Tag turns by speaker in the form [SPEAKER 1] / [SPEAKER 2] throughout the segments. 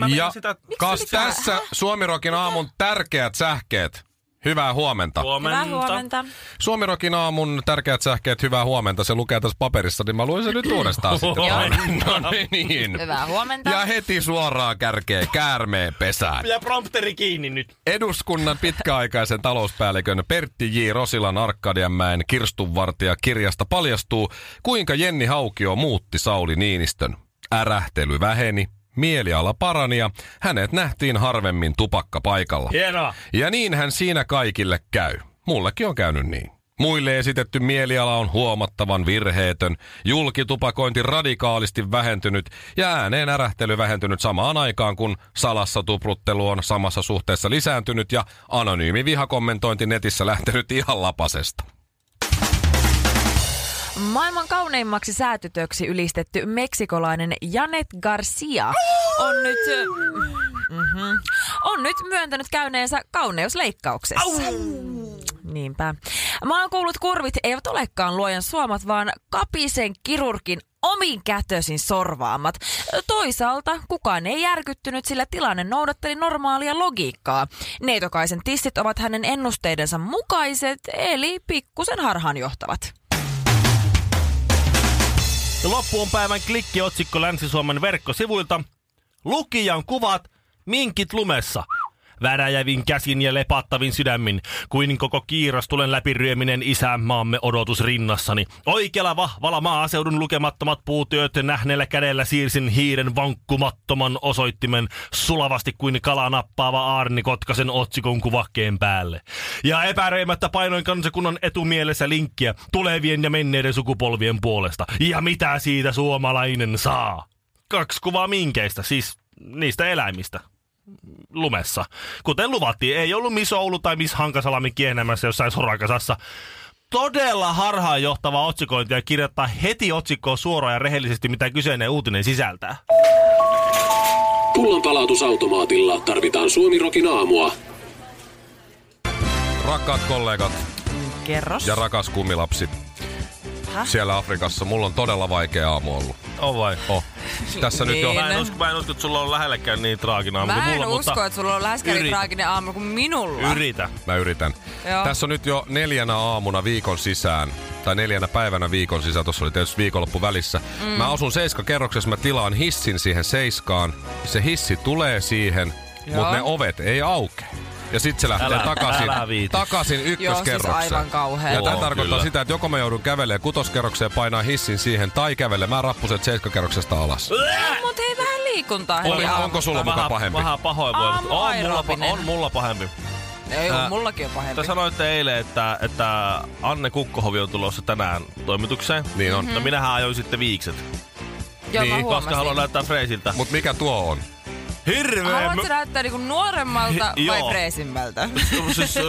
[SPEAKER 1] no,
[SPEAKER 2] Ja kas tässä Suomirokin aamun tärkeät sähkeet. Hyvää huomenta.
[SPEAKER 3] Huomenta. Hyvää huomenta.
[SPEAKER 2] Suomirokin aamun tärkeät sähkeet, hyvää huomenta. Se lukee tässä paperissa, niin mä luin sen nyt uudestaan sitten.
[SPEAKER 3] Joo.
[SPEAKER 2] no niin.
[SPEAKER 3] Hyvää huomenta.
[SPEAKER 2] Ja heti suoraan kärkeen käärmeen pesään.
[SPEAKER 1] Ja prompteri kiinni nyt.
[SPEAKER 2] Eduskunnan pitkäaikaisen talouspäällikön Pertti J. Rosilan Arkadianmäen kirstunvartija kirjasta paljastuu, kuinka Jenni Haukio muutti Sauli Niinistön. Ärähtely väheni, mieliala parani ja hänet nähtiin harvemmin tupakkapaikalla.
[SPEAKER 1] Hienoa.
[SPEAKER 2] Ja niinhän siinä kaikille käy. Mullekin on käynyt niin. Muille esitetty mieliala on huomattavan virheetön, julkitupakointi radikaalisti vähentynyt ja ääneen ärähtely vähentynyt samaan aikaan, kun salassa tupruttelu on samassa suhteessa lisääntynyt ja anonyymi vihakommentointi netissä lähtenyt ihan lapasesta.
[SPEAKER 3] Maailman kauneimmaksi säätytöksi ylistetty meksikolainen Janet Garcia on nyt, mm-hmm, on nyt myöntänyt käyneensä kauneusleikkauksessa. Niinpä. Maankuulut kurvit eivät olekaan luojan suomat, vaan kapisen kirurgin omin kätösin sorvaamat. Toisaalta kukaan ei järkyttynyt, sillä tilanne noudatteli normaalia logiikkaa. Neitokaisen tissit ovat hänen ennusteidensa mukaiset, eli pikkusen harhaanjohtavat.
[SPEAKER 1] Ja loppuun päivän klikkiotsikko Länsi-Suomen verkkosivuilta. Lukijan kuvat, minkit lumessa. Väräjävin käsin ja lepattavin sydämin, kuin koko kiiras tulen läpiryöminen isänmaamme odotus rinnassani. Oikealla vahvalla maaseudun lukemattomat puutyöt nähneellä kädellä siirsin hiiren vankkumattoman osoittimen sulavasti kuin kala nappaava Arni Kotkasen otsikon kuvakkeen päälle. Ja epäröimättä painoin kansakunnan etumielessä linkkiä tulevien ja menneiden sukupolvien puolesta. Ja mitä siitä suomalainen saa? Kaksi kuvaa minkeistä, siis niistä eläimistä lumessa. Kuten luvattiin, ei ollut Miss Oulu tai Miss Hankasalami kiehnämässä jossain sorakasassa. Todella harhaanjohtava otsikointi ja kirjoittaa heti otsikkoon suoraan ja rehellisesti, mitä kyseinen uutinen sisältää.
[SPEAKER 4] Pullonpalautusautomaatilla tarvitaan Suomirokin aamua.
[SPEAKER 2] Rakkaat kollegat
[SPEAKER 3] Kerros.
[SPEAKER 2] ja rakas kummilapsi,
[SPEAKER 3] Häh?
[SPEAKER 2] siellä Afrikassa mulla on todella vaikea aamu ollut.
[SPEAKER 1] On vai?
[SPEAKER 2] Oh. Tässä nyt jo.
[SPEAKER 3] Niin.
[SPEAKER 1] Mä en, usko, mä en usko, että sulla on lähelläkään niin traaginen aamu kuin
[SPEAKER 3] Mä en
[SPEAKER 1] mulla,
[SPEAKER 3] usko,
[SPEAKER 1] mutta
[SPEAKER 3] että sulla on läskäri
[SPEAKER 1] Yritä.
[SPEAKER 3] traaginen aamu kuin minulla.
[SPEAKER 1] yritä.
[SPEAKER 2] Mä yritän.
[SPEAKER 3] Joo.
[SPEAKER 2] Tässä on nyt jo neljänä aamuna viikon sisään, tai neljänä päivänä viikon sisään, tuossa oli tietysti viikonloppu välissä. Mm. Mä asun seiskakerroksessa, mä tilaan hissin siihen seiskaan, se hissi tulee siihen,
[SPEAKER 3] Joo.
[SPEAKER 2] mutta ne ovet ei auke. Ja sitten se lähtee
[SPEAKER 1] Älä-
[SPEAKER 2] takaisin,
[SPEAKER 1] älä viiti.
[SPEAKER 2] takaisin
[SPEAKER 3] Joo, siis
[SPEAKER 2] ykköskerrokseen.
[SPEAKER 3] aivan kauhea.
[SPEAKER 2] Ja
[SPEAKER 1] Joo,
[SPEAKER 2] tämä tarkoittaa
[SPEAKER 1] kyllä.
[SPEAKER 2] sitä, että joko mä joudun kävelemään kutoskerrokseen ja painaa hissin siihen, tai kävelemään rappuset seiskakerroksesta alas.
[SPEAKER 1] Äh!
[SPEAKER 3] Mut hei vähän liikuntaa.
[SPEAKER 2] Oli-
[SPEAKER 3] heti aamulla.
[SPEAKER 2] onko sulla muka
[SPEAKER 1] Vähän-
[SPEAKER 2] pahempi?
[SPEAKER 1] Vähän pahoinvoinut.
[SPEAKER 3] Aamu
[SPEAKER 1] On mulla, pa-
[SPEAKER 3] aerobinen.
[SPEAKER 1] on mulla pahempi.
[SPEAKER 3] Ei,
[SPEAKER 1] Ää,
[SPEAKER 3] äh, mullakin on pahempi.
[SPEAKER 1] Te sanoitte eilen, että, että Anne Kukkohovi on tulossa tänään toimitukseen.
[SPEAKER 2] Niin on.
[SPEAKER 1] No minähän ajoin sitten viikset,
[SPEAKER 3] Mhm. Joo, mä
[SPEAKER 2] niin, koska
[SPEAKER 3] huomasin.
[SPEAKER 1] koska haluan näyttää Freisiltä.
[SPEAKER 2] Mutta mikä tuo on?
[SPEAKER 1] Hirveä!
[SPEAKER 3] Haluatko näyttää niinku nuoremmalta
[SPEAKER 1] Hi-
[SPEAKER 3] vai
[SPEAKER 1] joo.
[SPEAKER 3] freesimmältä?
[SPEAKER 1] m- siis, ö,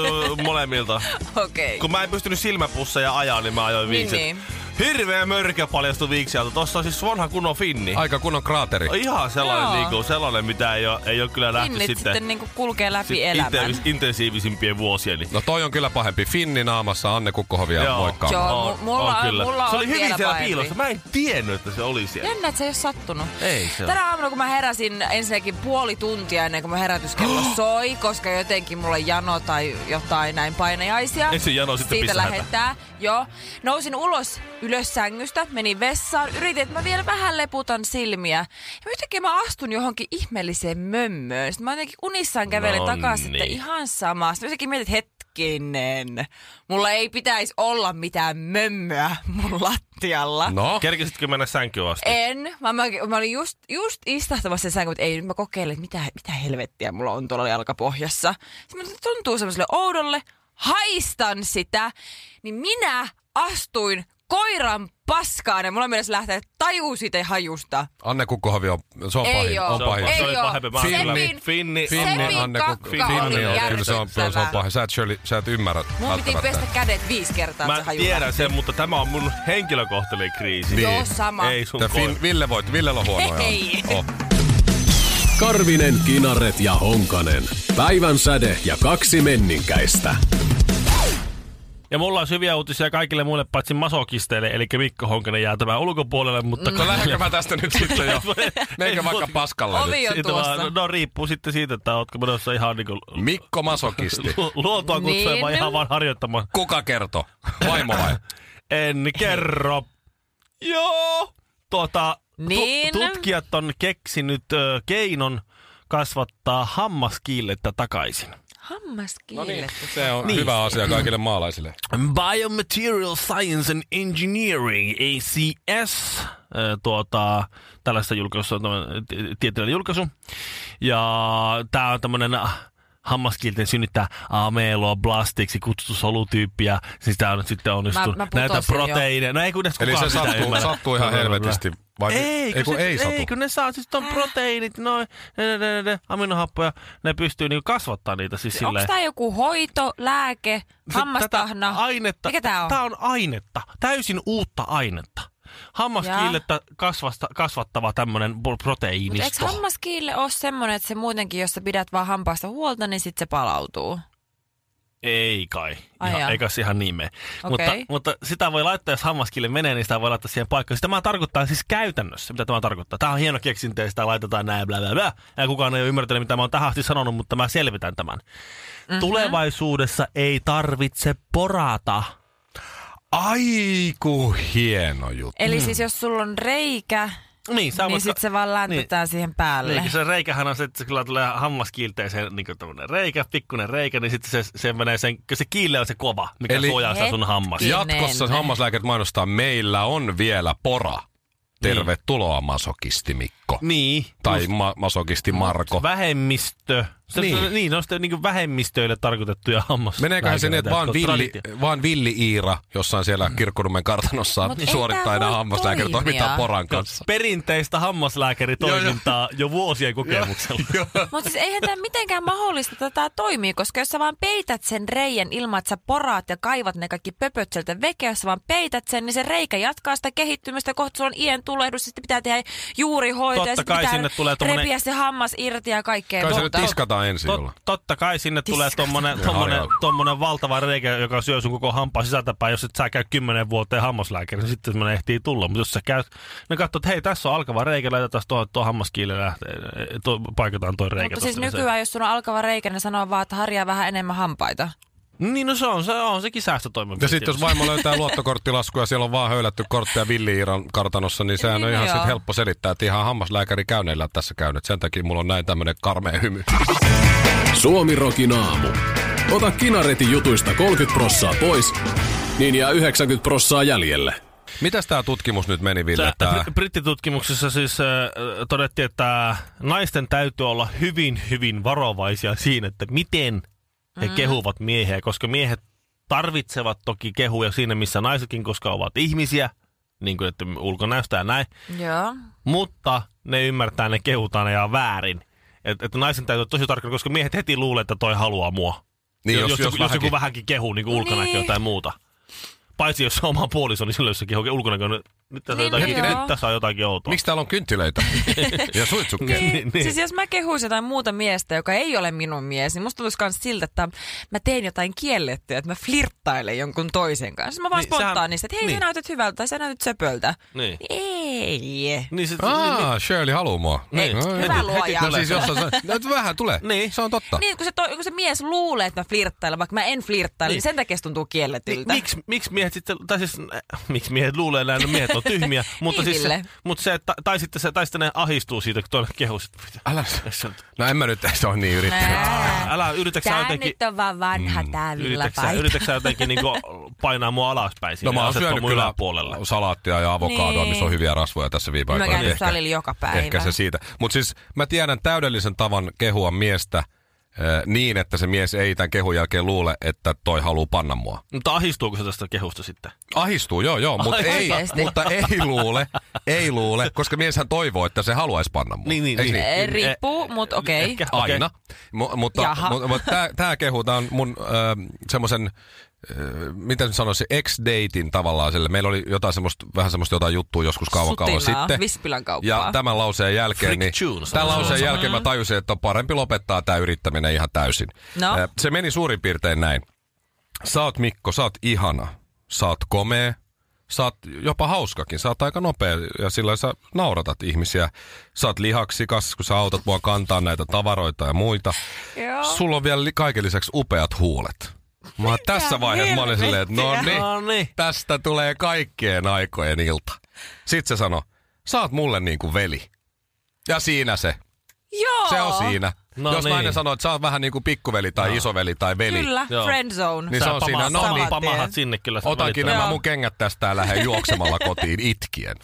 [SPEAKER 1] molemmilta.
[SPEAKER 3] Okei.
[SPEAKER 1] Kun mä en pystynyt silmäpusseja ajaa, niin mä ajoin
[SPEAKER 3] Niin,
[SPEAKER 1] viikset.
[SPEAKER 3] niin.
[SPEAKER 1] Hirveä mörkö paljastui viikseltä. Tossa on siis vanha kunnon finni.
[SPEAKER 2] Aika kunnon kraateri.
[SPEAKER 1] Ihan sellainen,
[SPEAKER 3] Joo.
[SPEAKER 1] niinku, sellainen mitä ei ole, ei ole kyllä nähty
[SPEAKER 3] Pinnit sitten,
[SPEAKER 1] sitten,
[SPEAKER 3] niinku kulkee läpi
[SPEAKER 1] sit
[SPEAKER 3] elämän.
[SPEAKER 1] intensi- intensiivisimpien vuosien. Niin.
[SPEAKER 2] No toi on kyllä pahempi. Finni naamassa, Anne Kukkohovia
[SPEAKER 1] Joo.
[SPEAKER 2] moikkaa.
[SPEAKER 3] Joo. mu- mulla on- mulla
[SPEAKER 1] se
[SPEAKER 3] on
[SPEAKER 1] oli hyvin
[SPEAKER 3] vielä
[SPEAKER 1] siellä
[SPEAKER 3] pahempi.
[SPEAKER 1] piilossa. Mä en tiennyt, että se oli siellä.
[SPEAKER 3] Jännä, että se ei ole sattunut.
[SPEAKER 1] Ei se
[SPEAKER 3] Tänä aamuna, kun mä heräsin ensinnäkin puoli tuntia ennen kuin mä herätyskello soi, koska jotenkin mulla on jano tai jotain näin painajaisia.
[SPEAKER 1] Ensin jano, sitten
[SPEAKER 3] Siitä
[SPEAKER 1] pissahätä.
[SPEAKER 3] lähettää, joo. Nousin ulos ylös sängystä, menin vessaan, yritin, että mä vielä vähän leputan silmiä. Ja yhtäkkiä mä astun johonkin ihmeelliseen mömmöön. Sitten mä jotenkin unissaan kävelen
[SPEAKER 1] No
[SPEAKER 3] no takaisin, että
[SPEAKER 1] niin.
[SPEAKER 3] ihan sama. Sitten mä jotenkin mietin, että hetkinen, mulla ei pitäisi olla mitään mömmöä mun lattialla.
[SPEAKER 2] No,
[SPEAKER 1] Kerkisitkö mennä sänkyyn asti?
[SPEAKER 3] En. Mä, mä, mä olin just, just istahtamassa sen säänkin, mutta ei, nyt mä kokeilen, että mitä, mitä helvettiä mulla on tuolla jalkapohjassa. Sitten mä- tuntuu semmoiselle oudolle, haistan sitä, niin minä astuin koiran paskaan ja mulla on mielessä lähtee taju siitä hajusta.
[SPEAKER 2] Anne Kukkohavi on, se on
[SPEAKER 3] Ei
[SPEAKER 2] pahin.
[SPEAKER 3] oo.
[SPEAKER 2] On
[SPEAKER 1] Se on
[SPEAKER 2] pahin.
[SPEAKER 1] pahin.
[SPEAKER 3] Ei
[SPEAKER 1] Se oli
[SPEAKER 3] oo.
[SPEAKER 1] pahempi. Mä oon
[SPEAKER 3] Seppin-
[SPEAKER 1] kyllä-
[SPEAKER 3] Sepin
[SPEAKER 1] Finni,
[SPEAKER 3] Sepin
[SPEAKER 1] Anne.
[SPEAKER 2] Anne
[SPEAKER 3] kakka
[SPEAKER 2] Kukko-
[SPEAKER 3] oli
[SPEAKER 2] Finni on, kyllä se on, se on
[SPEAKER 3] järkyttävää.
[SPEAKER 2] pahin. Sä et, Shirley, sä et ymmärrä.
[SPEAKER 3] Mun piti
[SPEAKER 2] välttämättä.
[SPEAKER 3] pestä kädet viisi kertaa, että
[SPEAKER 1] Mä
[SPEAKER 3] se hajuu
[SPEAKER 1] tiedän sen, mutta tämä on mun henkilökohtainen kriisi.
[SPEAKER 3] Niin. Joo, sama.
[SPEAKER 1] Ei sun
[SPEAKER 2] Tää
[SPEAKER 1] koira.
[SPEAKER 2] Fin, Ville voit, Villellä on huono
[SPEAKER 3] Hei.
[SPEAKER 2] joo. Oh.
[SPEAKER 4] Karvinen, Kinaret ja Honkanen. Päivän säde ja kaksi menninkäistä.
[SPEAKER 1] Ja mulla on syviä uutisia kaikille muille paitsi masokisteille, eli Mikko Honkanen jää tämän ulkopuolelle, mutta... Mm.
[SPEAKER 2] No lähdenkö mä tästä nyt sitten jo? Meikö
[SPEAKER 1] Ei,
[SPEAKER 2] vaikka
[SPEAKER 1] mut-
[SPEAKER 2] paskalle nyt?
[SPEAKER 3] Ovi on
[SPEAKER 1] Siitä
[SPEAKER 3] tuossa.
[SPEAKER 1] vaan, no riippuu sitten siitä, että ootko menossa ihan niinku
[SPEAKER 2] Mikko Masokisti.
[SPEAKER 1] lu- luontoa kutsuja
[SPEAKER 3] Niin.
[SPEAKER 1] vai ihan vaan harjoittamaan.
[SPEAKER 2] Kuka kertoo? Vaimo vai?
[SPEAKER 1] En kerro. Joo. Tota,
[SPEAKER 3] Niin?
[SPEAKER 1] tu- tutkijat on keksinyt ö, keinon kasvattaa hammaskiillettä takaisin. No niin,
[SPEAKER 3] Hammaskiillettä.
[SPEAKER 2] Niin. Se on hyvä asia kaikille maalaisille.
[SPEAKER 1] Biomaterial Science and Engineering, ACS, ö, tuota, tällaista julkaisua, tämmönen t- tieteellinen julkaisu. Ja tämä on tämmöinen hammaskielten synnyttää ameloblastiksi kutsuttu solutyyppi ja siis tämä on nyt sitten onnistunut.
[SPEAKER 3] Mä- mä
[SPEAKER 1] Näitä
[SPEAKER 3] putosin jo.
[SPEAKER 1] proteiineja, no ei kun edes
[SPEAKER 2] Eli
[SPEAKER 1] kukaan
[SPEAKER 2] se
[SPEAKER 1] sitä
[SPEAKER 2] sattuu,
[SPEAKER 1] ymmärrä.
[SPEAKER 2] sattuu ihan helvetisti. Vai
[SPEAKER 1] Ei, kun,
[SPEAKER 2] ei, kun
[SPEAKER 1] se,
[SPEAKER 2] ei satu.
[SPEAKER 1] ei, kun ne saa siis on proteiinit, noin, ne, ne, ne, ne, aminohappoja, ne pystyy niinku kasvattaa niitä siis
[SPEAKER 3] Onko
[SPEAKER 1] silleen.
[SPEAKER 3] tää joku hoito, lääke,
[SPEAKER 1] Se-
[SPEAKER 3] hammastahna?
[SPEAKER 1] Tätä ainetta,
[SPEAKER 3] Mikä tää on?
[SPEAKER 1] Tää on ainetta, täysin uutta ainetta. Hammaskiillettä kasvasta, kasvattava tämmönen pro-
[SPEAKER 3] Mut Eikö
[SPEAKER 1] proteiinisto.
[SPEAKER 3] hammaskiille ole semmonen, että se muutenkin, jos sä pidät vaan hampaasta huolta, niin sit se palautuu?
[SPEAKER 1] Ei kai.
[SPEAKER 3] Ai
[SPEAKER 1] Ihan,
[SPEAKER 3] jaa.
[SPEAKER 1] eikä se ihan nimeä.
[SPEAKER 3] Okei.
[SPEAKER 1] Mutta, mutta, sitä voi laittaa, jos hammaskille menee, niin sitä voi laittaa siihen paikkaan. Sitä mä tarkoittaa siis käytännössä, mitä tämä tarkoittaa. Tämä on hieno keksintö, ja sitä laitetaan näin, bla, bla, bla. Ja kukaan ei ole ymmärtänyt, mitä mä oon tähän asti sanonut, mutta mä selvitän tämän.
[SPEAKER 3] Mhm.
[SPEAKER 1] Mm-hmm. Tulevaisuudessa ei tarvitse porata.
[SPEAKER 2] Aiku hieno juttu.
[SPEAKER 3] Eli siis jos sulla on reikä,
[SPEAKER 1] Mm. Niin, sä
[SPEAKER 3] niin
[SPEAKER 1] voit-
[SPEAKER 3] sit se vaan lämpitetään siihen päälle.
[SPEAKER 1] Niin, kun se reikähän on se, että se kyllä tulee hammaskiilteeseen niin tämmöinen reikä, pikkunen reikä, niin sitten se, se menee sen, kun se kiille on se kova, mikä
[SPEAKER 2] Eli-
[SPEAKER 1] Eli suojaa sitä sun hammas.
[SPEAKER 3] Ja-
[SPEAKER 2] Jatkossa
[SPEAKER 3] Ihmeellinen.
[SPEAKER 2] hammaslääkärit mainostaa, meillä on vielä pora. Tervetuloa masokisti Mikko.
[SPEAKER 1] Niin.
[SPEAKER 2] Tai ma- masokisti Marko.
[SPEAKER 1] Vähemmistö. Se,
[SPEAKER 2] Niin.
[SPEAKER 1] niin. niin, ne on sitten niin vähemmistöille tarkoitettuja hammas.
[SPEAKER 2] Meneeköhän se niin, että vaan villi,
[SPEAKER 1] traditio. Mm.
[SPEAKER 2] vaan villi Iira jossain siellä Kirkkonummen kartanossa
[SPEAKER 3] Mut ei
[SPEAKER 2] suorittaa
[SPEAKER 3] tää
[SPEAKER 2] enää
[SPEAKER 3] voi
[SPEAKER 2] hammaslääkäritoimintaa
[SPEAKER 3] toimia.
[SPEAKER 2] poran kanssa.
[SPEAKER 1] Perinteistä hammaslääkäritoimintaa jo vuosien kokemuksella.
[SPEAKER 3] Mutta siis eihän tämä mitenkään mahdollista, että tämä toimii, koska jos sä vaan peität sen reijän ilman, että sä poraat ja kaivat ne kaikki pöpöt sieltä vekeä, jos sä vaan peität sen, niin se reikä jatkaa sitä kehittymistä, kohta sulla on ien tulehdus, sitten pitää tehdä juurihoito
[SPEAKER 1] Totta
[SPEAKER 3] ja sitten
[SPEAKER 1] kai
[SPEAKER 3] pitää
[SPEAKER 1] sinne tulee tommonen-
[SPEAKER 3] repiä se hammas irti ja kaikkea
[SPEAKER 2] Kai se nyt
[SPEAKER 3] muuta.
[SPEAKER 2] tiskataan ensin
[SPEAKER 1] Tot,
[SPEAKER 2] jolla.
[SPEAKER 1] totta kai sinne tulee
[SPEAKER 3] Tiskataan.
[SPEAKER 1] tommonen, tommonen,
[SPEAKER 2] harjalla.
[SPEAKER 1] tommonen valtava reikä, joka syö sun koko hampaan sisältäpäin. Jos et sä käy kymmenen vuoteen hammaslääkärin, niin sitten semmoinen ehtii tulla. Mutta jos sä käyt, ne katsoo, että hei, tässä on alkava reikä, laitetaan tuohon eh, tuo hammaskiille lähtee, tuo, paikataan tuo reikä.
[SPEAKER 3] Mutta siis
[SPEAKER 1] tosta, niin se-
[SPEAKER 3] nykyään, jos sulla on alkava reikä, niin sanoo vaan, että harjaa vähän enemmän hampaita.
[SPEAKER 1] Niin, no se on, se on sekin säästötoimenpide.
[SPEAKER 2] Ja sitten jos vaimo löytää luottokorttilaskuja, siellä on vaan höylätty kortteja Villi Iiran kartanossa, niin sehän on
[SPEAKER 3] Niin, no
[SPEAKER 2] ihan sit
[SPEAKER 3] joo.
[SPEAKER 2] helppo selittää, että ihan hammaslääkäri käyneillä tässä käynyt. Sen takia mulla on näin tämmöinen karmea hymy.
[SPEAKER 4] Suomi Rokin aamu. Ota Kinaretin jutuista 30 prossaa pois, niin jää 90 prossaa jäljelle.
[SPEAKER 2] Mitäs tämä tutkimus nyt meni, Ville? Tää?
[SPEAKER 1] Br- Brittitutkimuksessa siis äh, todettiin, että naisten täytyy olla hyvin, hyvin varovaisia siinä, että miten he mm. kehuvat miehiä, koska miehet tarvitsevat toki kehuja siinä, missä naisetkin, koska ovat ihmisiä, niin kuin että ulkonäöstä ja näin,
[SPEAKER 3] Joo.
[SPEAKER 1] mutta ne ymmärtää, ne kehutaan ja väärin. Että et naisen täytyy olla tosi tarkka, koska miehet heti luulee, että toi haluaa mua.
[SPEAKER 2] Niin,
[SPEAKER 1] jos, jos, jos, jos joku vähänkin kehuu niin ulkonäköä
[SPEAKER 3] Niin.
[SPEAKER 1] tai muuta. Paitsi jos se on oma puoliso, niin silloin jos se kehuu ulkonäköä, niin nyt tässä,
[SPEAKER 3] Niin,
[SPEAKER 1] on, jotakin,
[SPEAKER 3] joo.
[SPEAKER 1] nyt tässä on jotakin outoa.
[SPEAKER 2] Miksi täällä on kynttilöitä? ja suitsukkeita?
[SPEAKER 3] Niin.
[SPEAKER 1] Niin.
[SPEAKER 3] Siis jos mä kehuisin jotain muuta miestä, joka ei ole minun mies, niin musta tuntuisi myös siltä, että mä tein jotain kiellettyä, että mä flirttailen jonkun toisen kanssa. Mä vaan
[SPEAKER 1] Niin,
[SPEAKER 3] niin,
[SPEAKER 1] sehän-
[SPEAKER 3] spontaanisti, että hei niin.
[SPEAKER 1] niin.
[SPEAKER 3] sä näytät hyvältä tai sä näytät söpöltä.
[SPEAKER 1] Niin.
[SPEAKER 3] Ei.
[SPEAKER 1] Niin, sit, niin,
[SPEAKER 2] Ah, Shirley haluu mua.
[SPEAKER 1] Niin.
[SPEAKER 2] No,
[SPEAKER 1] Hyvä
[SPEAKER 2] heti-
[SPEAKER 3] luoja.
[SPEAKER 2] heti- No siis jos on, nyt vähän tulee.
[SPEAKER 1] Niin.
[SPEAKER 2] Se on totta.
[SPEAKER 3] Niin, kun se, to, kun se mies luulee, että mä flirttailen, vaikka mä en flirttaile, niin,
[SPEAKER 1] Niin.
[SPEAKER 3] niin sen takia se tuntuu
[SPEAKER 1] niin,
[SPEAKER 3] kielletyltä.
[SPEAKER 1] miksi, miksi miehet sitten, tai siis, äh, miksi miehet luulee näin, no miehet on tyhmiä, mutta siis se,
[SPEAKER 3] Ville.
[SPEAKER 1] mutta se, että- tai sitten se, tai sitten ne ahdistuu siitä, kun toinen kehuu, sit, mitä-
[SPEAKER 2] Älä...
[SPEAKER 1] tässä nyt-
[SPEAKER 2] No en mä nyt, se on niin yrittänyt.
[SPEAKER 3] Ää.
[SPEAKER 1] älä yritäksä
[SPEAKER 3] Tää
[SPEAKER 1] jotenkin,
[SPEAKER 3] nyt on vaan vanha
[SPEAKER 2] Mm.
[SPEAKER 3] tää
[SPEAKER 1] yritäksä,
[SPEAKER 3] villapaita.
[SPEAKER 1] yritäksä jotenkin niinku painaa mua alaspäin sinne,
[SPEAKER 2] No mä oon
[SPEAKER 1] asettua
[SPEAKER 2] syönyt
[SPEAKER 1] mun
[SPEAKER 2] kyllä
[SPEAKER 1] yläpuolelle.
[SPEAKER 2] salaattia ja avokadoa,
[SPEAKER 3] Niin.
[SPEAKER 2] missä on hyviä rasvoja tässä viime
[SPEAKER 3] Mä
[SPEAKER 2] aikoina.
[SPEAKER 3] käyn
[SPEAKER 2] Ehkä-
[SPEAKER 3] salilla joka päivä.
[SPEAKER 2] Ehkä se siitä. Mutta siis mä tiedän täydellisen tavan kehua miestä, ö, niin, että se mies ei tämän kehun jälkeen luule, että toi haluaa panna mua.
[SPEAKER 1] Mutta ahistuuko se tästä kehusta sitten?
[SPEAKER 2] Ahistuu, joo, joo, mutta ei,
[SPEAKER 3] Oikeesti?
[SPEAKER 2] mutta ei luule, ei luule, koska mieshän toivoo, että se haluaisi panna mua.
[SPEAKER 1] Niin,
[SPEAKER 2] Eiks niin?
[SPEAKER 3] Eh, Riippuu, mutta okei.
[SPEAKER 1] Ehkä, okei.
[SPEAKER 2] Aina. Mu- mutta
[SPEAKER 3] Jaha.
[SPEAKER 2] mu- mutta tämä kehu, tämä on mun äh, semmoisen, äh, miten sanoisin, ex-datein tavallaan sille. Meillä oli jotain semmoista, vähän semmoista jotain juttua joskus kauan kauan
[SPEAKER 3] Sutilaa,
[SPEAKER 2] sitten.
[SPEAKER 3] Vispilän kauppaa.
[SPEAKER 2] Ja tämän lauseen jälkeen, niin,
[SPEAKER 1] Frick tune, sanotaan.
[SPEAKER 2] tämän lauseen jälkeen mä tajusin, että on parempi lopettaa tämä yrittäminen ihan täysin.
[SPEAKER 3] No.
[SPEAKER 2] Äh, Se meni suurin piirtein näin. Sä oot Mikko, sä oot ihana, sä oot komea, sä oot jopa hauskakin, sä oot aika nopea ja sillä lailla sä nauratat ihmisiä. Sä oot lihaksikas, kun sä autat mua kantaa näitä tavaroita ja muita.
[SPEAKER 3] Joo.
[SPEAKER 2] Sulla on vielä li- kaiken lisäksi upeat huulet. Mä oon tässä vaiheessa mä olin silleen, että no niin,
[SPEAKER 1] No niin.
[SPEAKER 2] tästä tulee kaikkien aikojen ilta. Sitten se sanoi, sä oot mulle niin kuin veli. Ja siinä se.
[SPEAKER 3] Joo.
[SPEAKER 2] Se on siinä.
[SPEAKER 1] No
[SPEAKER 2] Jos
[SPEAKER 1] niin.
[SPEAKER 2] nainen sanoo, että sä oot vähän niin kuin pikkuveli tai isoveli tai veli,
[SPEAKER 3] Kyllä,
[SPEAKER 1] Joo.
[SPEAKER 3] friendzone.
[SPEAKER 2] niin se on siinä. No niin,
[SPEAKER 1] pamahat sinne kyllä. se
[SPEAKER 2] otankin
[SPEAKER 1] välittömästi.
[SPEAKER 2] nämä mun kengät tästä ja lähden juoksemalla kotiin itkien.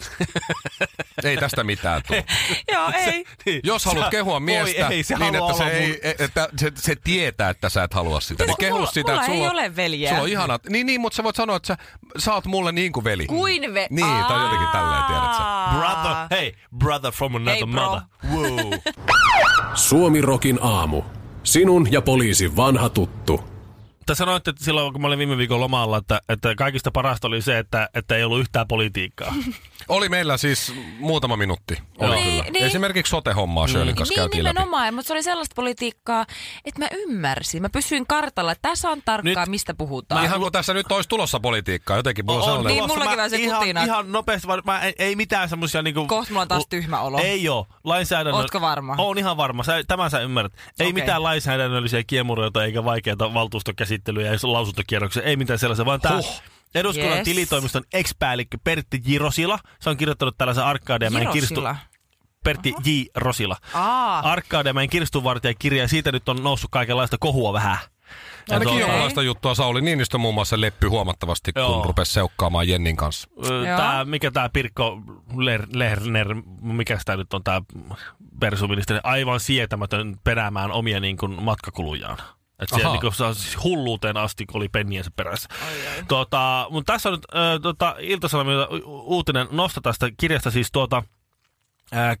[SPEAKER 2] Ei tästä mitään tule.
[SPEAKER 3] Joo, ei.
[SPEAKER 2] Niin, Jos haluat kehua miestä,
[SPEAKER 1] ei, se
[SPEAKER 2] niin
[SPEAKER 1] haluaa
[SPEAKER 2] että se,
[SPEAKER 1] olla
[SPEAKER 2] ei, että se, se tietää, että sä et halua sitä. Niin kehu
[SPEAKER 3] mulla-
[SPEAKER 2] sitä,
[SPEAKER 3] mulla
[SPEAKER 2] että
[SPEAKER 3] ei
[SPEAKER 2] sulla,
[SPEAKER 3] ole veljeä.
[SPEAKER 2] Sulla on ihanat. Niin, niin, mutta sä voit sanoa, että sä, sä oot mulle niin kuin veli.
[SPEAKER 3] Kuin ve...
[SPEAKER 2] Niin, tai jotenkin tälleen, tiedät sä.
[SPEAKER 1] Brother, hei, brother from another
[SPEAKER 3] Hei, bro.
[SPEAKER 1] mother. Wow.
[SPEAKER 4] Suomi Rokin aamu. Sinun ja poliisin vanha tuttu.
[SPEAKER 1] Te sanoitte että silloin, kun mä olin viime viikon lomalla, että, että kaikista parasta oli se, että, että ei ollut yhtään politiikkaa.
[SPEAKER 2] Oli meillä siis muutama minuutti. Oli
[SPEAKER 3] Niin,
[SPEAKER 2] kyllä.
[SPEAKER 3] niin.
[SPEAKER 2] Esimerkiksi sote-hommaa Shirley kanssa
[SPEAKER 3] Niin
[SPEAKER 2] käytiin läpi.
[SPEAKER 3] nimenomaan, mutta se oli sellaista politiikkaa, että mä ymmärsin. Mä pysyin kartalla, että tässä on tarkkaan,
[SPEAKER 1] Nyt-
[SPEAKER 3] mistä puhutaan.
[SPEAKER 2] Ihan kun Niin tässä nyt olisi tulossa politiikkaa jotenkin. Mulla on,
[SPEAKER 1] On
[SPEAKER 2] sellainen-
[SPEAKER 3] niin.
[SPEAKER 1] tulossa.
[SPEAKER 3] mullakin
[SPEAKER 1] Mä
[SPEAKER 3] vähän se
[SPEAKER 1] ihan,
[SPEAKER 3] kutina.
[SPEAKER 1] Ihan nopeasti, vaan mä ei, ei mitään semmosia niinku...
[SPEAKER 3] Kohta mulla on taas
[SPEAKER 1] L-
[SPEAKER 3] tyhmä olo.
[SPEAKER 1] Ei oo, lainsäädännön...
[SPEAKER 3] Ootko varma?
[SPEAKER 1] Oon ihan varma, sä, tämän sä ymmärrät. Ei
[SPEAKER 3] Okei.
[SPEAKER 1] mitään lainsäädännöllisiä kiemuroita eikä vaikeita valtuustokäsittelyjä ja lausuntokierroksia, ei mitään sellaisia, vaan tää...
[SPEAKER 2] Huh.
[SPEAKER 1] Eduskunnan
[SPEAKER 3] Yes.
[SPEAKER 1] tilitoimiston ex-päällikkö Pertti J. Rosila, se on kirjoittanut tällaisen Arkadianmäen kirstu...
[SPEAKER 3] Jirosilla.
[SPEAKER 1] Pertti J. Rosila.
[SPEAKER 3] Aa.
[SPEAKER 1] Arkadianmäen kirstunvartijan kirja, ja siitä nyt on noussut kaikenlaista kohua vähän.
[SPEAKER 3] No
[SPEAKER 1] Ja
[SPEAKER 2] Ainakin
[SPEAKER 1] tuota-
[SPEAKER 2] jonkinlaista juttua Sauli Niinistö muun muassa leppy huomattavasti, kun
[SPEAKER 1] Joo.
[SPEAKER 2] rupesi seukkaamaan Jennin kanssa.
[SPEAKER 3] Joo.
[SPEAKER 1] Tää, mikä tämä Pirkko Ler, Lerner, mikä tämä nyt on tämä persuministeri, aivan sietämätön peräämään omia niin kuin, matkakulujaan. Et siellä
[SPEAKER 2] Ahaa.
[SPEAKER 1] niin kuin, hulluuteen asti, kun oli penniänsä perässä. Tota, mutta tässä on nyt äh, tota, Ilta-Sanomilta u- u- uutinen nosta tästä kirjasta siis tuota, äh,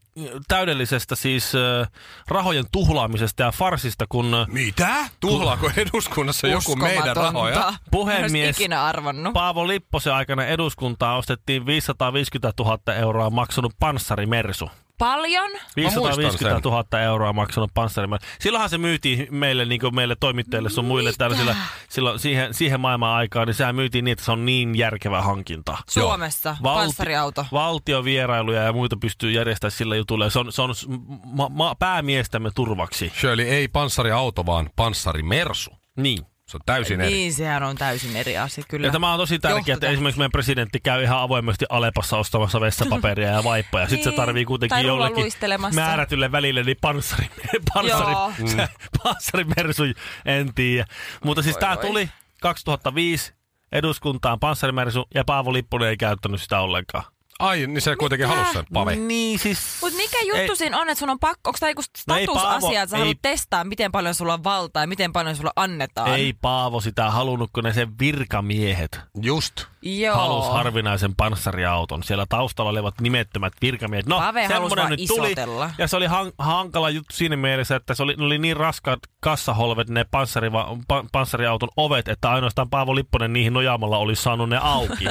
[SPEAKER 1] täydellisestä siis äh, rahojen tuhlaamisesta ja farsista, kun äh,
[SPEAKER 2] Mitä? Tuhlaako eduskunnassa joku meidän rahoja?
[SPEAKER 3] Uskomatonta. En
[SPEAKER 1] puhemies
[SPEAKER 3] olisi ikinä arvannut.
[SPEAKER 1] Paavo Lipposen aikana eduskuntaan ostettiin 550 000 euroa maksanut panssarimersu.
[SPEAKER 3] Paljon?
[SPEAKER 2] muistan
[SPEAKER 1] 550 000 euroa maksanut panssarimersu. Silloinhan se myytiin meille, niin kuin meille toimittajille sun muille tällaisilla, silloin siihen, siihen maailman aikaan, niin sehän myytiin niin, että se on niin järkevä hankinta.
[SPEAKER 3] Suomessa panssariauto.
[SPEAKER 1] Valtiovierailuja ja muita pystyy järjestämään sillä jutulla. ja Se on, se on s- ma, ma, päämiestämme turvaksi.
[SPEAKER 2] Shirley, ei panssariauto, vaan panssarimersu.
[SPEAKER 1] Niin.
[SPEAKER 2] Se on täysin eri.
[SPEAKER 3] Niin, sehän on täysin eri asia, kyllä.
[SPEAKER 1] Ja tämä on tosi tärkeää, että
[SPEAKER 3] Johtotähti.
[SPEAKER 1] esimerkiksi meidän presidentti käy ihan avoimesti Alepassa ostamassa vessapaperia ja vaippaa, ja sitten se
[SPEAKER 3] Niin.
[SPEAKER 1] tarvii kuitenkin
[SPEAKER 3] Tai rulla
[SPEAKER 1] jollekin
[SPEAKER 3] luistelemassa.
[SPEAKER 1] määrätylle välille niin panssari, panssari,
[SPEAKER 3] Joo.
[SPEAKER 1] se- panssarimersu, en tiedä. Mutta siis tämä tuli 2005 eduskuntaan panssarimersu, ja Paavo Lipponen ei käyttänyt sitä ollenkaan.
[SPEAKER 2] Ai, niin se kuitenkin halusi sen pave.
[SPEAKER 3] Mm.
[SPEAKER 1] Niin siis...
[SPEAKER 3] Mutta mikä juttu
[SPEAKER 1] Ei-
[SPEAKER 3] siinä on, että sun on pakko, onko tämä joku
[SPEAKER 1] No ei,
[SPEAKER 3] statusasia,
[SPEAKER 1] Paavo,
[SPEAKER 3] että sä
[SPEAKER 1] ei-
[SPEAKER 3] haluat testaa, miten paljon sulla on valtaa ja miten paljon sulla annetaan?
[SPEAKER 1] Ei Paavo sitä halunnut, kun ne sen virkamiehet
[SPEAKER 2] Just.
[SPEAKER 3] Joo.
[SPEAKER 1] halusi harvinaisen panssariauton. Siellä taustalla olivat nimettömät virkamiehet. No,
[SPEAKER 3] Pave halusi
[SPEAKER 1] semmonen
[SPEAKER 3] vaan
[SPEAKER 1] nyt tuli.
[SPEAKER 3] isotella.
[SPEAKER 1] Ja se oli han- hankala juttu siinä mielessä, että se oli, ne oli niin raskaat kassaholvet ne panssariva- pa- panssariauton ovet, että ainoastaan Paavo Lipponen niihin nojaamalla oli saanut ne auki.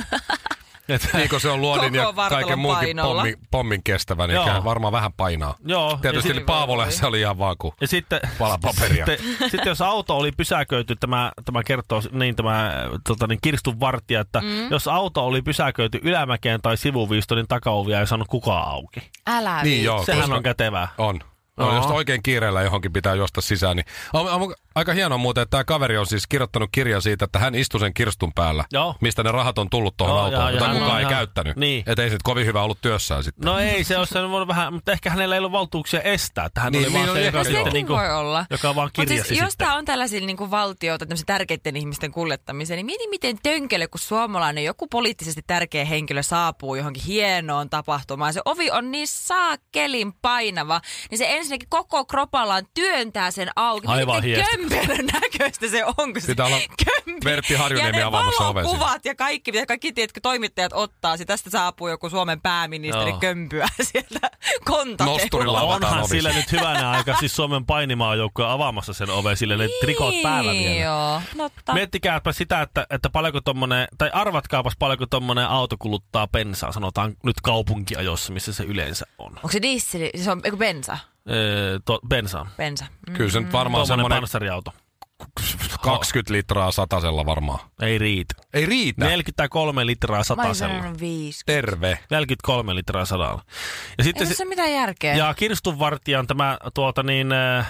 [SPEAKER 1] Et,
[SPEAKER 2] Niin kun se on luodin ja
[SPEAKER 3] Koko vartalon
[SPEAKER 2] kaiken muunkin
[SPEAKER 3] painolla.
[SPEAKER 2] pommin, pommin kestävä, niin
[SPEAKER 1] Joo.
[SPEAKER 2] kyllähän varmaan vähän painaa.
[SPEAKER 1] joo, ja,
[SPEAKER 2] Tietysti
[SPEAKER 1] sit,
[SPEAKER 2] Paavolle se oli ihan vaan
[SPEAKER 3] Niin.
[SPEAKER 2] kuin
[SPEAKER 1] ja sitten...
[SPEAKER 2] pala paperia.
[SPEAKER 1] Sitten, sitten jos auto oli pysäköity, tämä, tämä kertoo niin tämä äh, tota, niin kirstun vartija, että mm. jos auto oli pysäköity ylämäkeen tai sivuviistoon, niin takaovia ei saanut kukaan auki.
[SPEAKER 3] Älä
[SPEAKER 2] Niin
[SPEAKER 3] viitsi.
[SPEAKER 2] joo,
[SPEAKER 1] Sehän
[SPEAKER 2] koska-
[SPEAKER 1] on kätevää.
[SPEAKER 2] On. No,
[SPEAKER 1] Joo.
[SPEAKER 2] jos oikein kiireellä johonkin pitää josta sisään, niin... Am, am, Aika hienoa muuten, että tämä kaveri on siis kirjoittanut kirjan siitä, että hän istui sen kirstun päällä,
[SPEAKER 1] Joo.
[SPEAKER 2] mistä ne rahat on tullut tuohon
[SPEAKER 1] Joo,
[SPEAKER 2] autoon,
[SPEAKER 1] joo,
[SPEAKER 2] jota
[SPEAKER 1] joo,
[SPEAKER 2] kukaan
[SPEAKER 1] joo,
[SPEAKER 2] ei
[SPEAKER 1] joo.
[SPEAKER 2] käyttänyt.
[SPEAKER 1] Niin.
[SPEAKER 2] Että ei se nyt kovin hyvä ollut työssään sitten.
[SPEAKER 1] No ei, se on se on vähän, mutta ehkä hänellä ei ollut valtuuksia estää. Että hän
[SPEAKER 2] Niin,
[SPEAKER 1] oli
[SPEAKER 2] niin
[SPEAKER 1] vaan
[SPEAKER 2] oli
[SPEAKER 1] se, joka,
[SPEAKER 2] ehkä
[SPEAKER 1] sitten,
[SPEAKER 2] joo.
[SPEAKER 1] niin
[SPEAKER 3] Sekin
[SPEAKER 1] kuin,
[SPEAKER 3] voi olla.
[SPEAKER 1] joka vaan
[SPEAKER 3] Mut
[SPEAKER 1] kirjasi
[SPEAKER 3] siis, jos
[SPEAKER 1] sitten.
[SPEAKER 3] tämä on tällaisilla niin valtioita, tämmöisiä tärkeiden ihmisten kuljettamiseen, niin mieti miten tönkele, kun suomalainen joku poliittisesti tärkeä henkilö saapuu johonkin hienoon tapahtumaan. Se ovi on niin saakelin painava, niin se ensinnäkin koko kropallaan työntää sen auki. Mieti,
[SPEAKER 1] Aivan
[SPEAKER 3] miten
[SPEAKER 1] hiestä.
[SPEAKER 3] kömpelön näköistä se on, kun se
[SPEAKER 2] Pitää olla
[SPEAKER 3] kömpi.
[SPEAKER 2] Vertti Harjuniemi
[SPEAKER 3] ja ne
[SPEAKER 2] avaamassa oven
[SPEAKER 3] valokuvat ja kaikki, mitä kaikki tiedätkö, toimittajat ottaa. Se tästä saapuu joku Suomen pääministeri
[SPEAKER 1] Joo.
[SPEAKER 3] kömpyä sieltä kontakteilla.
[SPEAKER 2] Nosturilla avataan
[SPEAKER 1] Onhan
[SPEAKER 2] ovi.
[SPEAKER 1] sillä nyt hyvänä aika, siis Suomen painimaajoukkue avaamassa sen oven sille, ne trikot päällä vielä.
[SPEAKER 3] Niin, Joo, totta.
[SPEAKER 1] Miettikääpä sitä, että, että paljonko tommonen, tai arvatkaapas paljonko tommonen auto kuluttaa bensaa, sanotaan nyt kaupunkiajossa, missä se yleensä on.
[SPEAKER 3] Onko se diisseli? Se on eiku bensa.
[SPEAKER 1] Öö, to, bensaa.
[SPEAKER 3] Bensa. Mm.
[SPEAKER 2] Kyllä se nyt
[SPEAKER 1] Tuommoinen
[SPEAKER 2] varmaan semmoinen
[SPEAKER 1] panssariauto.
[SPEAKER 2] 20 litraa satasella varmaan.
[SPEAKER 1] Ei riitä.
[SPEAKER 2] Ei riitä.
[SPEAKER 1] 43 litraa
[SPEAKER 3] Mä olisin
[SPEAKER 1] satasella.
[SPEAKER 3] sanonut viisi.
[SPEAKER 2] Terve.
[SPEAKER 1] 43 litraa sadalla. Ja sitten
[SPEAKER 3] Ei
[SPEAKER 1] se,
[SPEAKER 3] tässä ole mitään järkeä.
[SPEAKER 1] ja kirstunvartijan tämä tuota niin, äh,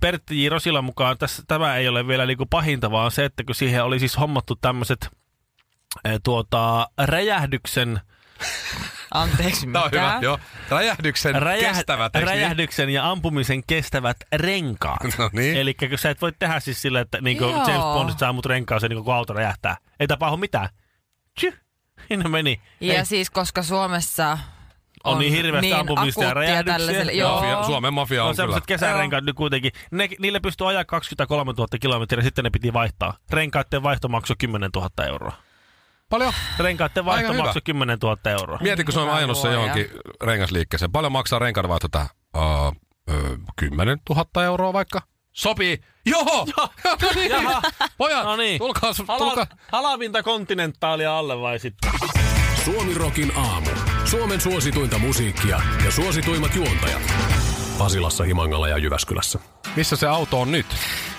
[SPEAKER 1] Pertti J. Rosilan mukaan tässä, tämä ei ole vielä niinku pahinta, vaan se, että kun siihen oli siis hommattu tämmöiset tuota, räjähdyksen,
[SPEAKER 3] Anteeksi,
[SPEAKER 2] Tämä on hyvä.
[SPEAKER 3] mitä?
[SPEAKER 2] Joo. Räjähdyksen
[SPEAKER 1] räjäh,
[SPEAKER 2] kestävät, eikö niin?
[SPEAKER 1] räjähdyksen ja ampumisen kestävät renkaat.
[SPEAKER 2] No niin.
[SPEAKER 1] Eli kun sä et voi tehdä siis sillä, että niinku
[SPEAKER 3] Joo.
[SPEAKER 1] James Bond saa mut renkaaseen, niin kun auto räjähtää. Ei tapahdu mitään. Tchy, siinä meni.
[SPEAKER 3] Ja
[SPEAKER 1] Ei,
[SPEAKER 3] siis, koska Suomessa
[SPEAKER 1] on niin hirveästi
[SPEAKER 3] niin
[SPEAKER 1] ampumista ja
[SPEAKER 3] akuuttia tällaiselle-
[SPEAKER 1] räjähdyksiä.
[SPEAKER 3] Joo.
[SPEAKER 2] Mafia, Suomen mafia
[SPEAKER 1] No
[SPEAKER 2] on kyllä.
[SPEAKER 1] sellaiset kesärenkaat nyt kuitenkin. Ne, niille pystyy ajaa 23 000 kilometriä, sitten ne piti vaihtaa. Renkaiden vaihto maksoi 10 000 euroa.
[SPEAKER 2] Paljon?
[SPEAKER 1] Renkaiden
[SPEAKER 2] Aika
[SPEAKER 1] vaihto
[SPEAKER 2] hyvä.
[SPEAKER 1] maksoi 10 000 euroa.
[SPEAKER 2] Mieti, kun se on
[SPEAKER 3] Hyvä
[SPEAKER 2] ajanut se
[SPEAKER 3] luoja.
[SPEAKER 2] johonkin rengasliikkeeseen. Paljon maksaa renkaanvaihto tähän? Uh, 10 000 euroa vaikka. Sopii. Joho! No niin.
[SPEAKER 1] Jaha.
[SPEAKER 2] Pojat,
[SPEAKER 1] No niin.
[SPEAKER 2] tulkaa, tulkaa.
[SPEAKER 1] halavinta kontinentaalia alle vai sitten?
[SPEAKER 4] Suomirokin aamu. Suomen suosituinta musiikkia ja suosituimmat juontajat. Pasilassa, Himangalla ja Jyväskylässä.
[SPEAKER 2] Missä se auto on nyt?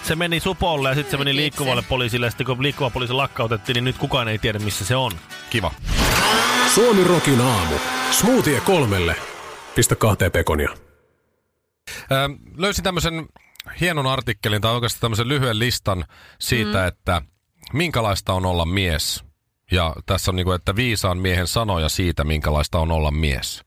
[SPEAKER 1] Se meni Supolle ja sitten se meni liikkuvalle poliisille. Ja sitten kun liikkuva poliisi lakkautettiin, niin nyt kukaan ei tiedä, missä se on.
[SPEAKER 2] Kiva.
[SPEAKER 4] Suomirokin aamu. Smoothie kolmelle. Pistä kahteen pekonia.
[SPEAKER 2] Ö, löysin tämmöisen hienon artikkelin tai oikeastaan tämmöisen lyhyen listan siitä, mm. että minkälaista on olla mies. Ja tässä on niinku, että viisaan miehen sanoja siitä, minkälaista on olla mies.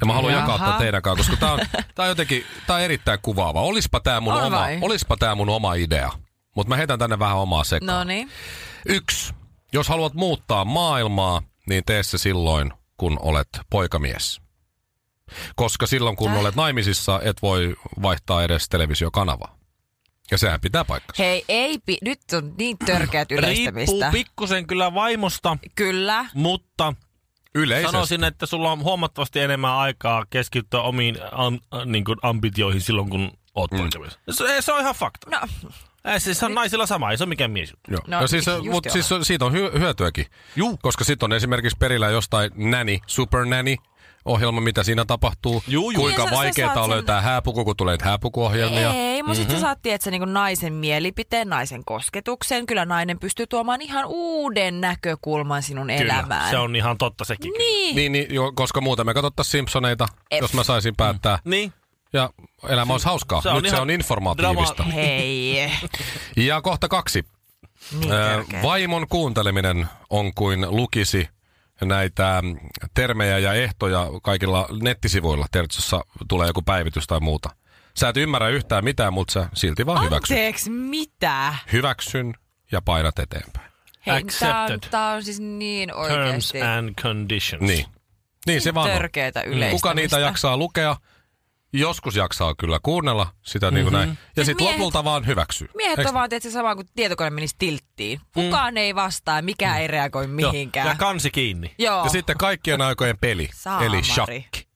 [SPEAKER 2] Ja mä haluan
[SPEAKER 3] Jaha.
[SPEAKER 2] jakaa tätä teidän kanssa, koska tää on, tää on jotenkin, tää on erittäin kuvaava. Olispa tää mun,
[SPEAKER 3] On
[SPEAKER 2] oma,
[SPEAKER 3] vai?
[SPEAKER 2] olispa tää mun oma idea. Mutta mä heitän tänne vähän omaa sekaan.
[SPEAKER 3] No niin.
[SPEAKER 2] Yksi. Jos haluat muuttaa maailmaa, niin tee se silloin, kun olet poikamies. Koska silloin, kun olet naimisissa, et voi vaihtaa edes televisiokanavaa. Ja sehän pitää paikkansa.
[SPEAKER 3] Hei, ei pi- nyt on niin törkeät
[SPEAKER 1] Riippuu
[SPEAKER 3] yleistämistä.
[SPEAKER 1] pikkusen kyllä vaimosta,
[SPEAKER 3] Kyllä.
[SPEAKER 1] mutta
[SPEAKER 2] Yleisesti.
[SPEAKER 1] Sanoisin, että sulla on huomattavasti enemmän aikaa keskittyä omiin am, äh, niin kuin ambitioihin silloin, kun oot
[SPEAKER 2] Mm.
[SPEAKER 1] poikamies. Se, se on ihan fakta.
[SPEAKER 3] No, Niin.
[SPEAKER 1] Ei, siis se on naisilla sama, ei se ole mikään mies. juttu.
[SPEAKER 2] Joo. No,
[SPEAKER 3] No,
[SPEAKER 2] no siis,
[SPEAKER 3] just
[SPEAKER 2] mut
[SPEAKER 3] joo.
[SPEAKER 2] siis siitä on hy- hyötyäkin. Juu. Koska sitten on esimerkiksi perillä jostain näni, super näni ohjelma, mitä siinä tapahtuu.
[SPEAKER 1] Juu, juu.
[SPEAKER 2] Kuinka
[SPEAKER 3] Niin, sä- sä
[SPEAKER 2] vaikeaa
[SPEAKER 3] saat
[SPEAKER 2] on
[SPEAKER 3] sen-
[SPEAKER 2] löytää hääpuku, kun tulee niitä
[SPEAKER 1] Niin
[SPEAKER 2] hääpukuohjelmia.
[SPEAKER 3] ei, mutta
[SPEAKER 1] Mhm.
[SPEAKER 3] sitten sä saat tietää niinku naisen mielipiteen, naisen kosketuksen. Kyllä nainen pystyy tuomaan ihan uuden näkökulman sinun elämään.
[SPEAKER 1] se on ihan totta sekin. kyllä.
[SPEAKER 3] Niin.
[SPEAKER 2] Niin, niin, jo, koska muuten me katsottaisiin Simpsoneita,
[SPEAKER 3] Ei.
[SPEAKER 2] jos mä saisin
[SPEAKER 3] Mm.
[SPEAKER 2] päättää.
[SPEAKER 1] niin.
[SPEAKER 2] Ja elämä olisi hauskaa.
[SPEAKER 1] se
[SPEAKER 2] Se
[SPEAKER 1] on
[SPEAKER 2] on Nyt se
[SPEAKER 1] ihan
[SPEAKER 2] on informatiivista.
[SPEAKER 1] drama-
[SPEAKER 3] Hei.
[SPEAKER 2] Ja kohta kaksi.
[SPEAKER 3] Niin
[SPEAKER 2] Ö,
[SPEAKER 3] törkeä.
[SPEAKER 2] Vaimon kuunteleminen on kuin lukisi näitä mm, termejä ja ehtoja kaikilla nettisivuilla. Tiedätkö, jossa tulee joku päivitys tai muuta. Sä et ymmärrä yhtään mitään, mutta sä silti vaan hyväksyn.
[SPEAKER 3] Anteeksi, mitä?
[SPEAKER 2] Hyväksyn ja painat eteenpäin.
[SPEAKER 3] Hei, tää on,
[SPEAKER 1] Accepted.
[SPEAKER 3] tää on siis niin
[SPEAKER 1] Terms
[SPEAKER 3] oikeesti
[SPEAKER 1] and conditions.
[SPEAKER 2] Niin. Niin se vaan on.
[SPEAKER 3] törkeetä yleistä.
[SPEAKER 2] Kuka niitä jaksaa lukea? Joskus jaksaa kyllä kuunnella sitä niin kuin näin. Ja
[SPEAKER 3] Siis
[SPEAKER 2] sitten
[SPEAKER 3] miehet-
[SPEAKER 2] lopulta vaan hyväksyy.
[SPEAKER 3] Miehet
[SPEAKER 2] Eiks-
[SPEAKER 3] on vaan tietysti sama kuin tietokone menisi tilttiin. Kukaan ei vastaa, mikä ei reagoi
[SPEAKER 1] Joo.
[SPEAKER 3] mihinkään.
[SPEAKER 1] Ja kansi kiinni.
[SPEAKER 3] Joo.
[SPEAKER 2] Ja sitten kaikkien aikojen peli,
[SPEAKER 3] Saamari.
[SPEAKER 2] eli shakki.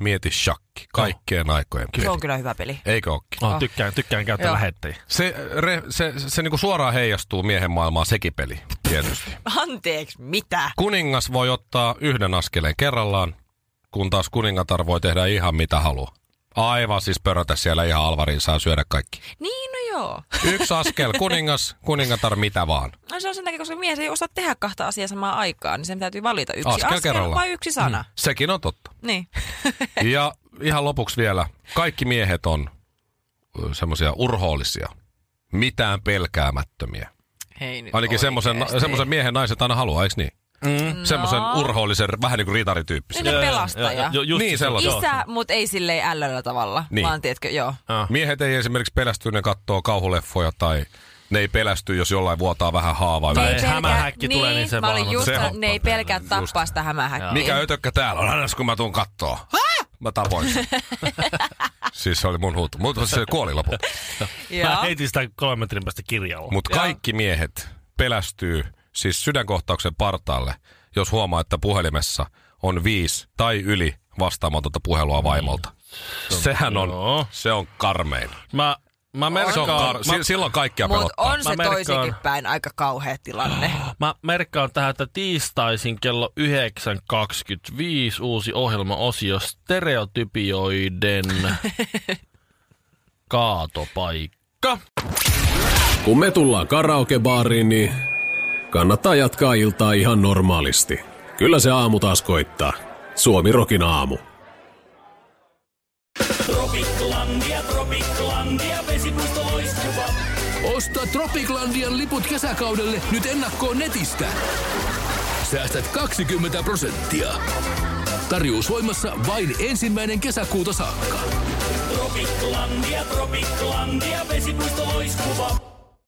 [SPEAKER 2] Mieti shakki, kaikkien aikojen peli.
[SPEAKER 3] Se on Ah. kyllä hyvä peli.
[SPEAKER 2] Eikö ookin?
[SPEAKER 1] Oh, tykkään, tykkään käyttää
[SPEAKER 3] Joo.
[SPEAKER 1] lähettäjiä.
[SPEAKER 2] Se, re, se, se, se niinku suoraan heijastuu miehen maailmaan sekin peli, tietysti.
[SPEAKER 3] Anteeksi, mitä?
[SPEAKER 2] Kuningas voi ottaa yhden askeleen kerrallaan, kun taas kuningatar voi tehdä ihan mitä haluaa. Aivan siis pörötä siellä ihan alvariin, saa syödä kaikki.
[SPEAKER 3] Niin, no joo.
[SPEAKER 2] Yksi askel kuningas, kuningatar mitä vaan.
[SPEAKER 3] No se on sen takia, koska mies ei osaa tehdä kahta asiaa samaan aikaan, niin sen täytyy valita yksi
[SPEAKER 2] Askel kerrallaan.
[SPEAKER 3] vai yksi sana.
[SPEAKER 2] Sekin on totta.
[SPEAKER 3] Mm. Niin.
[SPEAKER 2] Ja ihan lopuksi vielä, kaikki miehet on semmoisia urhoollisia. mitään pelkäämättömiä.
[SPEAKER 5] Hei nyt
[SPEAKER 2] Ainakin semmoisen, no,
[SPEAKER 5] oikeesti.
[SPEAKER 2] semmoisen miehen naiset aina haluaa, eikö niin? Mm. Semmoisen urhoollisen, vähän niin kuin ritarityyppisen.
[SPEAKER 5] Niin, pelastaja.
[SPEAKER 1] just
[SPEAKER 2] Niin,
[SPEAKER 1] se-
[SPEAKER 2] sellainen.
[SPEAKER 1] joo.
[SPEAKER 5] Isä, mutta ei silleen ällöllä tavalla,
[SPEAKER 2] Niin.
[SPEAKER 5] niin. vaan tiedätkö, joo.
[SPEAKER 2] Miehet ei esimerkiksi pelästy, ne kattoo kauhuleffoja tai ne ei pelästy, jos jollain vuotaa vähän haavaa.
[SPEAKER 1] Tai-
[SPEAKER 2] yli.
[SPEAKER 1] Ei, hämähäkki
[SPEAKER 5] niin,
[SPEAKER 1] tulee, niin se
[SPEAKER 5] mä olin
[SPEAKER 1] vaan-
[SPEAKER 5] just,
[SPEAKER 2] se
[SPEAKER 5] se
[SPEAKER 2] hoppaa
[SPEAKER 5] ne ei
[SPEAKER 2] päälle,
[SPEAKER 5] pelkää
[SPEAKER 2] just.
[SPEAKER 5] tappaa sitä hämähäkkiä.
[SPEAKER 2] Mikä ötökkä täällä on? Aina kun mä tuun kattoo. Mä tapoin sen. siis se oli mun huuto. Mutta se kuoli lopulta.
[SPEAKER 1] Mä
[SPEAKER 5] Joo.
[SPEAKER 1] heitin sitä kolmen metrin päästä kirjalla.
[SPEAKER 2] Mutta kaikki miehet pelästyy siis sydänkohtauksen partaalle, jos huomaa, että puhelimessa on viisi tai yli vastaamatonta puhelua vaimolta. Sehän on,
[SPEAKER 1] Joo.
[SPEAKER 2] se on karmein.
[SPEAKER 1] Mä, mä
[SPEAKER 2] Se on
[SPEAKER 1] merkkaan,
[SPEAKER 2] kar- si-
[SPEAKER 1] mä,
[SPEAKER 2] silloin kaikkia
[SPEAKER 5] Mutta
[SPEAKER 2] pelottaa.
[SPEAKER 5] on se
[SPEAKER 1] Mä merkkaan.
[SPEAKER 5] toisinkin päin aika kauhea tilanne.
[SPEAKER 1] mä merkkaan tähän, että tiistaisin kello 9.25 uusi ohjelmaosio stereotypioiden kaatopaikka.
[SPEAKER 4] Kun me tullaan karaokebaariin, niin kannattaa jatkaa iltaa ihan normaalisti. Kyllä se aamu taas koittaa. Suomi Rokin aamu.
[SPEAKER 6] Osta Tropiklandian liput kesäkaudelle nyt ennakkoon netistä. Säästät 20 prosenttia. Tarjous voimassa vain ensimmäinen kesäkuuta saakka.